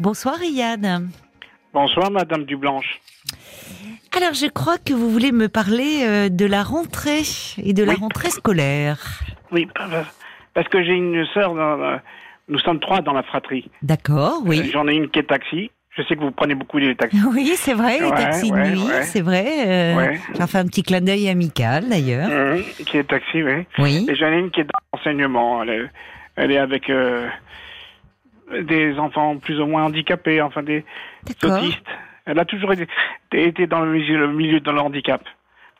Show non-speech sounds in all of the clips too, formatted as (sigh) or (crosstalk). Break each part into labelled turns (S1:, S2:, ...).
S1: Bonsoir Yann.
S2: Bonsoir, Madame Dublanche.
S1: Alors je crois que vous voulez me parler euh, de la rentrée et de la
S2: Oui.
S1: rentrée scolaire.
S2: Oui, parce que j'ai une sœur, dans la- nous sommes trois dans la fratrie. Euh,
S1: D'accord, oui.
S2: J'en ai une qui est taxi. Je sais que vous prenez beaucoup les taxis.
S1: (laughs) Oui, c'est vrai, les
S2: Ouais,
S1: taxis
S2: ouais,
S1: de nuit,
S2: ouais.
S1: c'est vrai. euh,
S2: Ouais.
S1: J'en fais un petit clin d'œil amical d'ailleurs.
S2: Euh, qui est taxi, oui.
S1: Oui.
S2: Et j'en ai une qui est dans l'enseignement. Elle est, elle est avec euh, des enfants plus ou moins handicapés, enfin des
S1: D'accord.
S2: autistes. Elle a toujours été, été dans le milieu, le milieu de l'handicap.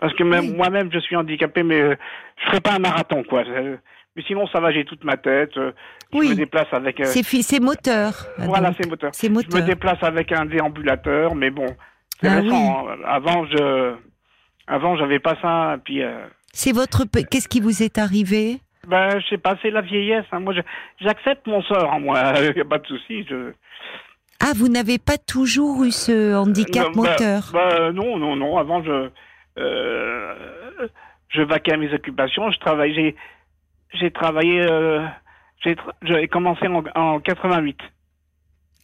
S2: Parce que même
S1: Oui.
S2: moi-même, je suis handicapé, mais euh, je ferai pas un marathon, quoi. Euh, Mais sinon, ça va, j'ai toute ma tête. euh, Je
S1: Oui.
S2: me déplace avec... euh,
S1: C'est fi- c'est moteur.
S2: Voilà,
S1: Ah, donc.
S2: c'est moteur.
S1: C'est
S2: Je me
S1: moteur.
S2: déplace avec un déambulateur, mais bon, c'est
S1: Ah
S2: récent. hein. Avant, je, avant, j'avais pas ça. Puis, euh,
S1: C'est votre. pe- Qu'est-ce qui vous est arrivé
S2: ben, je sais pas, c'est la vieillesse. hein. Moi, je- j'accepte mon sort. hein, moi, (laughs) y a pas de souci. Je...
S1: Ah, vous n'avez pas toujours eu ce handicap
S2: Ben, ben,
S1: moteur.
S2: ben, non, non, non. Avant, je, euh, je vaquais à mes occupations. Je travaille. J'ai, j'ai travaillé. euh, j'ai, tra- j'ai commencé en, en 88.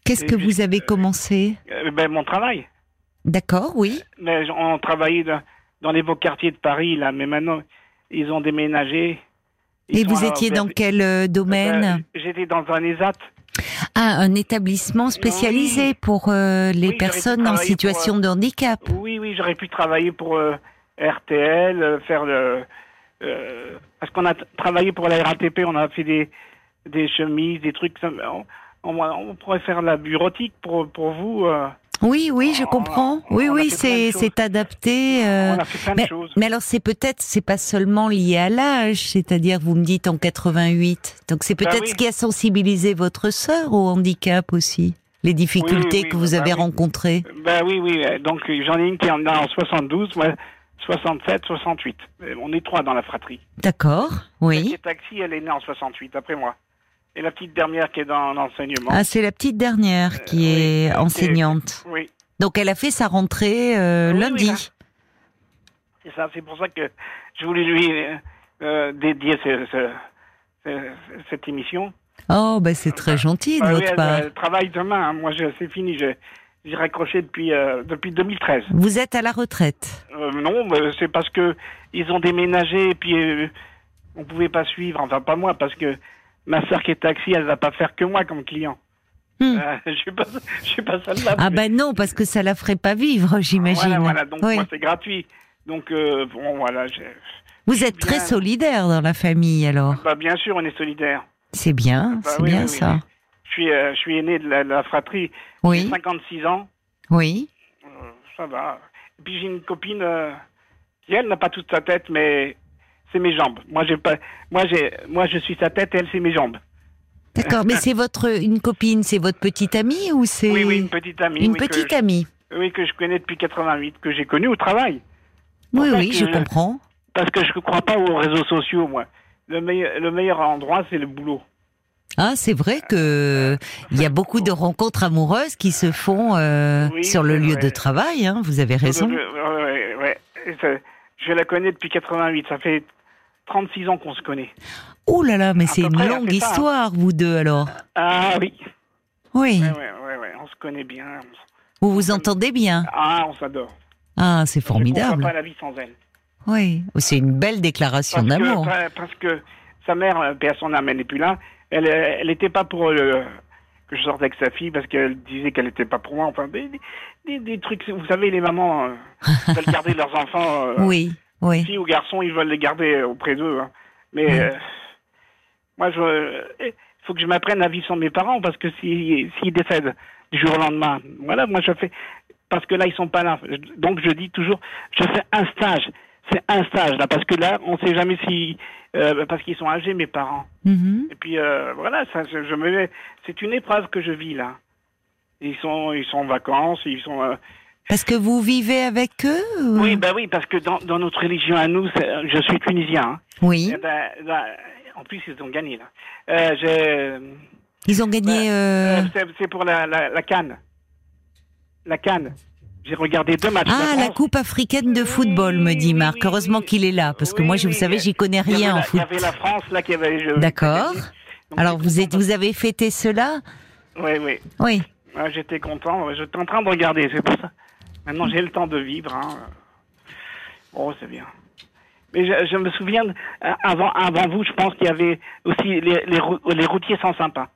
S1: Qu'est-ce que
S2: et puis-
S1: vous avez commencé
S2: Euh, Ben, mon travail.
S1: D'accord, oui.
S2: Mais j- on travaillait dans, dans les beaux quartiers de Paris, là, mais maintenant, ils ont déménagé. Ils
S1: Et
S2: sont
S1: vous
S2: à-
S1: étiez dans
S2: Ben,
S1: quel euh, domaine
S2: J'étais dans un ESAT.
S1: Ah, un établissement spécialisé pour euh, les
S2: Oui, j'aurais pu
S1: personnes en
S2: travailler pour, euh,
S1: situation de handicap.
S2: Oui, oui, j'aurais pu travailler pour euh, RTL, euh, faire le. euh, parce qu'on a t- travaillé pour la RATP, on a fait des, des chemises, des trucs. ça- on, on- on pourrait faire la bureautique pour, pour vous. euh,
S1: Oui, oui, je
S2: On-
S1: comprends.
S2: on-
S1: oui,
S2: on a
S1: oui,
S2: fait plein de
S1: c'est
S2: choses.
S1: c'est adapté. euh,
S2: on a fait plein de choses.
S1: Mais alors, c'est peut-être, c'est pas seulement lié à l'âge, c'est-à-dire, vous me dites en 88. Donc, c'est
S2: Bah
S1: peut-être
S2: oui.
S1: ce qui a sensibilisé votre sœur au handicap aussi, les difficultés
S2: oui,
S1: que vous
S2: bah
S1: avez
S2: oui.
S1: rencontrées.
S2: Ben oui, oui. euh, Donc euh, j'en ai une qui en a en 72, moi 67, 68. Euh, On est trois dans la fratrie.
S1: D'accord,
S2: Celle qui
S1: oui.
S2: est taxi, elle est née en 68, après moi. Et la petite dernière qui est dans l'enseignement.
S1: Ah, c'est la petite dernière qui
S2: Euh, oui,
S1: est
S2: c'est-
S1: enseignante.
S2: oui,
S1: Donc, elle a fait sa rentrée euh,
S2: Oui, oui,
S1: lundi.
S2: là. c'est ça. C'est pour ça que je voulais lui euh, euh, dédier ce- ce- ce- cette émission.
S1: Oh, bah, c'est très gentil de
S2: Ah oui,
S1: votre
S2: elle,
S1: part.
S2: elle travaille demain. hein. Moi, je- c'est fini. je- J'ai raccroché depuis, euh, depuis 2013.
S1: Vous êtes à la retraite.
S2: Euh, non, mais c'est parce que ils ont déménagé et puis euh, on pouvait pas suivre. Enfin, pas moi, parce que ma sœur qui est taxi, elle va pas faire que moi comme client.
S1: Hmm.
S2: Euh, (laughs) je suis pas, je suis pas celle-là.
S1: Ah ben non, parce que ça la ferait pas vivre, j'imagine.
S2: Voilà, voilà. Donc
S1: Oui.
S2: moi, c'est gratuit. Donc euh, bon, voilà. je-
S1: Vous êtes très
S2: bien.
S1: solidaire dans la famille, alors.
S2: Bah, bien sûr, on est solidaires.
S1: C'est bien,
S2: Bah,
S1: c'est
S2: oui,
S1: bien
S2: oui, oui.
S1: ça.
S2: Je suis, euh, je suis aîné de la, de la fratrie. J'ai
S1: Oui,
S2: 56 ans.
S1: oui.
S2: euh, ça va. Et puis j'ai une copine euh, qui elle n'a pas toute sa tête, mais c'est mes jambes. Moi, j'ai pas. Moi, j'ai. Moi, je suis sa tête et elle c'est mes jambes.
S1: D'accord, mais c'est votre une copine, c'est votre petite amie ou c'est
S2: Oui, oui, une petite amie.
S1: une
S2: oui,
S1: petite
S2: que
S1: amie
S2: je, oui, que je connais depuis 88, que j'ai connue au travail.
S1: Oui,
S2: Enfin,
S1: oui,
S2: que-
S1: je comprends.
S2: Parce que je ne crois pas aux réseaux sociaux, moi. Le meilleur, le meilleur endroit, c'est le boulot.
S1: Ah, c'est vrai que euh, il y a beaucoup de rencontres amoureuses qui se font euh,
S2: Oui,
S1: sur le
S2: c'est
S1: lieu de
S2: vrai.
S1: travail. hein, vous avez raison.
S2: Ouais, ouais, ouais. Et ça- Je la connais depuis 88. Ça fait 36 ans qu'on se connaît.
S1: Oh là là, mais c'est
S2: peu
S1: une
S2: près,
S1: longue
S2: c'est ça, hein.
S1: histoire, vous deux alors.
S2: Ah oui.
S1: Oui,
S2: Ouais, ouais, ouais, ouais, On se connaît bien. On s-
S1: vous vous entendez bien.
S2: Ah, on s'adore.
S1: Ah, c'est
S2: On ne
S1: formidable.
S2: pas la vie sans elle.
S1: Oui, c'est une belle déclaration
S2: Parce
S1: d'amour.
S2: que, pa- parce que sa mère, euh, paix à son âme, elle n'est plus là. Elle euh, elle n'était pas pour euh, que je sorte avec sa fille parce qu'elle disait qu'elle n'était pas pour moi. Enfin, des, des- des, des trucs. Vous savez, les mamans euh, veulent garder leurs enfants. euh,
S1: Oui, oui.
S2: filles ou garçons, ils veulent les garder euh, auprès d'eux. hein. Mais
S1: Ouais.
S2: euh, moi, je il faut que je m'apprenne la vie sans mes parents parce que si- s'ils décèdent du jour au lendemain, voilà, moi je fais parce que là ils sont pas là. Je- Donc je dis toujours, je fais un stage, c'est un stage là parce que là on sait jamais si euh, parce qu'ils sont âgés mes parents.
S1: Mhm.
S2: Et puis euh, voilà, ça, je, je me mets- c'est une épreuve que je vis là. Ils sont ils sont en vacances, ils sont euh,
S1: Parce que vous vivez avec eux euh ou-
S2: oui bah oui parce que dans, dans notre religion à nous, c'est- je suis tunisien. hein.
S1: Oui.
S2: Eh ben, là, en plus, ils ont gagné, là. Euh, je-
S1: Ils ont gagné. euh,
S2: euh, c'est, c'est pour la, la, la Cannes. La Cannes. J'ai regardé deux matchs.
S1: Ah, la Coupe africaine de football, me dit
S2: Oui,
S1: Marc.
S2: oui,
S1: Heureusement
S2: oui.
S1: qu'il est là, parce que
S2: Oui,
S1: moi, je, vous
S2: oui,
S1: savez, j'y connais
S2: Il y avait
S1: rien en
S2: la-
S1: foot.
S2: Il y avait la France, là, qui avait... je-
S1: D'accord.
S2: qui a gagné. Donc,
S1: Alors,
S2: c'est
S1: vous,
S2: pour
S1: êtes,
S2: ça-
S1: vous avez fêté cela
S2: Oui, oui.
S1: Oui.
S2: Ouais, J'étais content. Ouais, J'étais en train de regarder, c'est pour ça. Maintenant, j'ai le temps de vivre. Hein. Bon, c'est bien. Mais je, je me souviens, euh, avant, avant vous, je pense qu'il y avait aussi les, les, rou- les routiers sans sympa.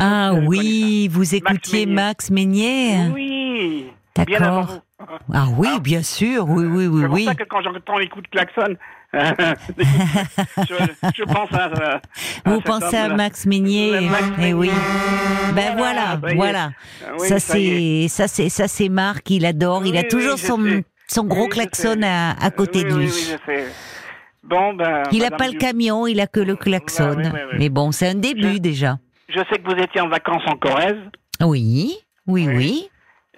S1: Ah
S2: je connais
S1: oui, vous écoutiez
S2: Meunier.
S1: Max Meunier.
S2: Oui, bien avant
S1: D'accord.
S2: vous.
S1: Ah oui, bien sûr, oui, oui, oui,
S2: C'est pour
S1: oui.
S2: ça que quand j'entends les coups de klaxon, (laughs) je, je pense à. euh, à
S1: Vous
S2: cet
S1: pensez à
S2: homme-là.
S1: Max Meunier,
S2: Ouais, Max
S1: et oui.
S2: Meunier.
S1: Ben voilà,
S2: ça y est.
S1: voilà.
S2: Ah oui,
S1: Ça
S2: y
S1: c'est,
S2: est.
S1: ça c'est, ça c'est Marc. Il adore. Il a
S2: Oui,
S1: toujours
S2: oui, je
S1: son
S2: sais.
S1: son gros
S2: Oui, je
S1: klaxon
S2: sais.
S1: à, à côté
S2: Oui,
S1: de
S2: oui,
S1: lui.
S2: oui, je sais. Bon, ben.
S1: Il n'a
S2: Madame Ah,
S1: pas le
S2: Du-
S1: camion, il a que le klaxon.
S2: Ouais, ouais, ouais, ouais.
S1: Mais bon, c'est un début
S2: Je-
S1: déjà.
S2: Je sais que vous étiez en vacances en Corrèze.
S1: Oui, oui,
S2: Ouais.
S1: oui.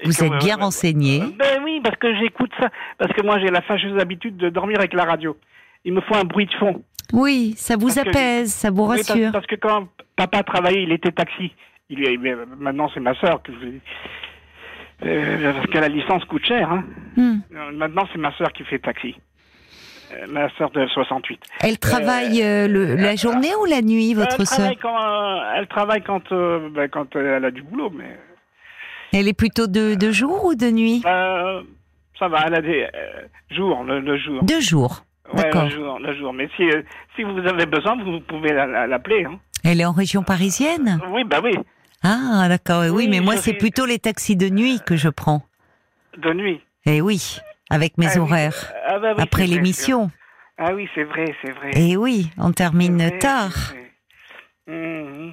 S2: et
S1: Vous
S2: que-
S1: êtes bien
S2: euh,
S1: renseigné.
S2: Ben oui, parce que j'écoute ça. Parce que moi, j'ai la fâcheuse habitude de dormir avec la radio. Il me faut un bruit de fond.
S1: Oui, ça vous
S2: Parce que-
S1: apaise, ça vous
S2: Oui, parce-
S1: rassure.
S2: Parce, que quand papa travaillait, il était taxi. Il, est- mais maintenant, c'est ma sœur que je vous ai dit. Euh, parce que la licence coûte cher. Hein.
S1: Hmm.
S2: Euh, Maintenant, c'est ma sœur qui fait taxi. Euh, ma sœur de 68.
S1: Elle travaille euh, le- la journée ou la nuit, votre
S2: elle,
S1: sœur
S2: travaille quand, euh, elle travaille quand, euh, ben, quand euh, elle a du boulot, mais
S1: Elle est plutôt de, de jour ou de nuit
S2: euh, ça va, elle a des euh, jours, le, le jour.
S1: De jour.
S2: Ouais,
S1: D'accord.
S2: le jour, le jour. Mais si, euh, si vous avez besoin, vous pouvez la- la- l'appeler. Hein.
S1: Elle est en région parisienne
S2: Oui, bah oui,
S1: Ah, d'accord. Oui,
S2: Oui,
S1: mais moi,
S2: je
S1: c'est
S2: suis-
S1: plutôt les taxis de nuit que je prends.
S2: de nuit.
S1: Eh oui, avec mes
S2: Ah oui.
S1: horaires.
S2: Ah bah oui,
S1: Après
S2: c'est vrai,
S1: l'émission.
S2: c'est- Ah oui, c'est vrai, c'est vrai.
S1: Eh oui, on termine
S2: C'est vrai,
S1: tard.
S2: c'est vrai. Mhm.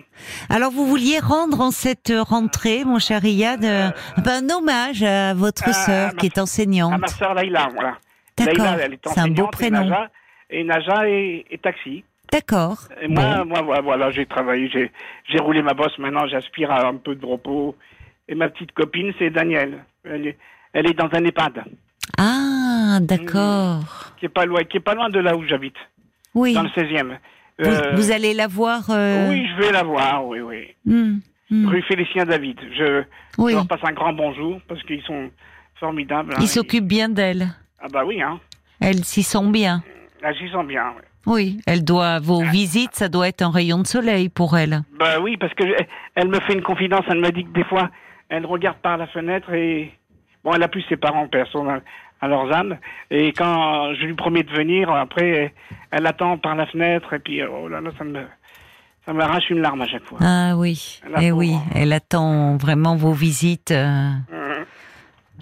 S1: Alors, vous vouliez rendre en cette rentrée, mon cher Iyad, euh, un hommage à votre
S2: Ah,
S1: sœur
S2: ma-
S1: qui est
S2: Ah,
S1: enseignante.
S2: ma sœur Laïla, voilà.
S1: D'accord,
S2: Laïla, elle est
S1: c'est un beau
S2: enseignante,
S1: prénom.
S2: Et Naja, et Naja est- est taxi.
S1: D'accord.
S2: Et
S1: Bon.
S2: moi, moi, voilà, voilà, j'ai travaillé, j'ai, j'ai roulé ma bosse. Maintenant, j'aspire à un peu de repos. Et ma petite copine, c'est Danielle. Elle est, elle est dans un EHPAD
S1: Ah,
S2: Mm.
S1: d'accord.
S2: qui est pas loin, qui est pas loin de là où j'habite,
S1: Oui.
S2: dans le 16e.
S1: Vous,
S2: Euh,
S1: vous allez la voir. euh,
S2: Oui, je vais la voir. Oui, oui.
S1: hmm, hmm,
S2: Rue Félicien David. Je,
S1: oui.
S2: je leur passe un grand bonjour parce qu'ils sont formidables. hein.
S1: Ils s'occupent bien d'elle.
S2: Ah bah oui, hein.
S1: Elles s'y sont bien.
S2: Ah, j'y sens bien. ouais.
S1: Oui, elle doit vos
S2: Ah.
S1: visites, ça doit être un rayon de soleil pour elle.
S2: Bah oui, parce que je- elle me fait une confidence. Elle me dit que des fois, elle regarde par la fenêtre et bon, elle a plus ses parents personne à- à leurs âmes. Et quand je lui promets de venir, après, elle attend par la fenêtre et puis oh là là, ça me ça m'arrache une larme à chaque fois.
S1: Ah oui,
S2: La
S1: eh
S2: pauvre.
S1: oui, elle attend vraiment vos visites euh,
S2: Euh,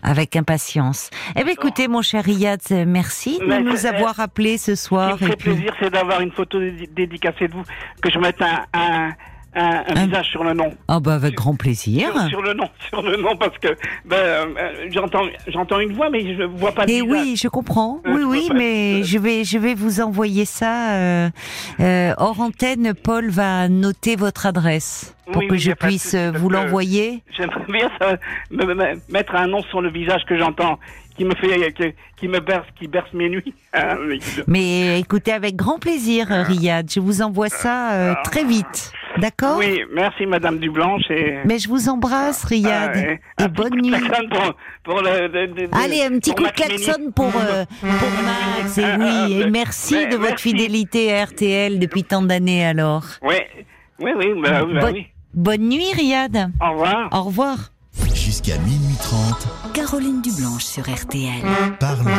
S1: avec impatience. Eh bien, écoutez, mon cher Iyad, euh, merci de
S2: Mais
S1: nous
S2: c'est-
S1: avoir appelés ce
S2: Ce
S1: soir.
S2: qui
S1: Ah,
S2: me
S1: et
S2: fait
S1: puis,
S2: plaisir, c'est d'avoir une photo dé- dédicacée de vous, que je mette un, un, un- un
S1: Un-
S2: visage sur le nom.
S1: ah bah avec grand plaisir.
S2: Sur, sur le nom, (laughs) sur le nom, parce que ben, euh, j'entends, j'entends une voix, mais je vois pas de
S1: Et
S2: visage.
S1: Eh oui, je comprends.
S2: Euh,
S1: Oui,
S2: je
S1: oui,
S2: peux pas-
S1: mais je vais, je vais vous envoyer ça. euh, euh, hors antenne, Paul va noter votre adresse pour
S2: Oui,
S1: que
S2: oui, y
S1: je
S2: a pas de
S1: puisse
S2: souci,
S1: euh,
S2: parce
S1: vous
S2: que-
S1: l'envoyer.
S2: J'aimerais bien ça, me- me- me- mettre un nom sur le visage que j'entends, qui me fait, qui, qui me berce, qui berce mes nuits. Hein, mais-
S1: Mais écoutez, avec grand plaisir,
S2: Ah.
S1: euh, Riyad, je vous envoie ça euh, très vite. D'accord
S2: oui, merci Madame Dublanche et.
S1: Mais je vous embrasse, Riyad.
S2: Ah,
S1: et
S2: un petit
S1: bonne
S2: (laughs) coup de
S1: nuit.
S2: klaxon Pour, pour le, le- le- le-
S1: Allez, un petit
S2: pour
S1: coup de
S2: Max Meynier.
S1: klaxon pour,
S2: Mmh.
S1: euh, pour Max. Et oui, et merci
S2: Mais
S1: de votre
S2: ben, merci.
S1: fidélité à RTL depuis tant d'années alors.
S2: Ouais. Oui, oui, bah, bah
S1: Bonne-
S2: oui.
S1: Bonne nuit, Riyad.
S2: Au revoir.
S1: Au revoir.
S3: Jusqu'à minuit 30,
S4: Caroline Dublanche sur RTL.
S3: parlons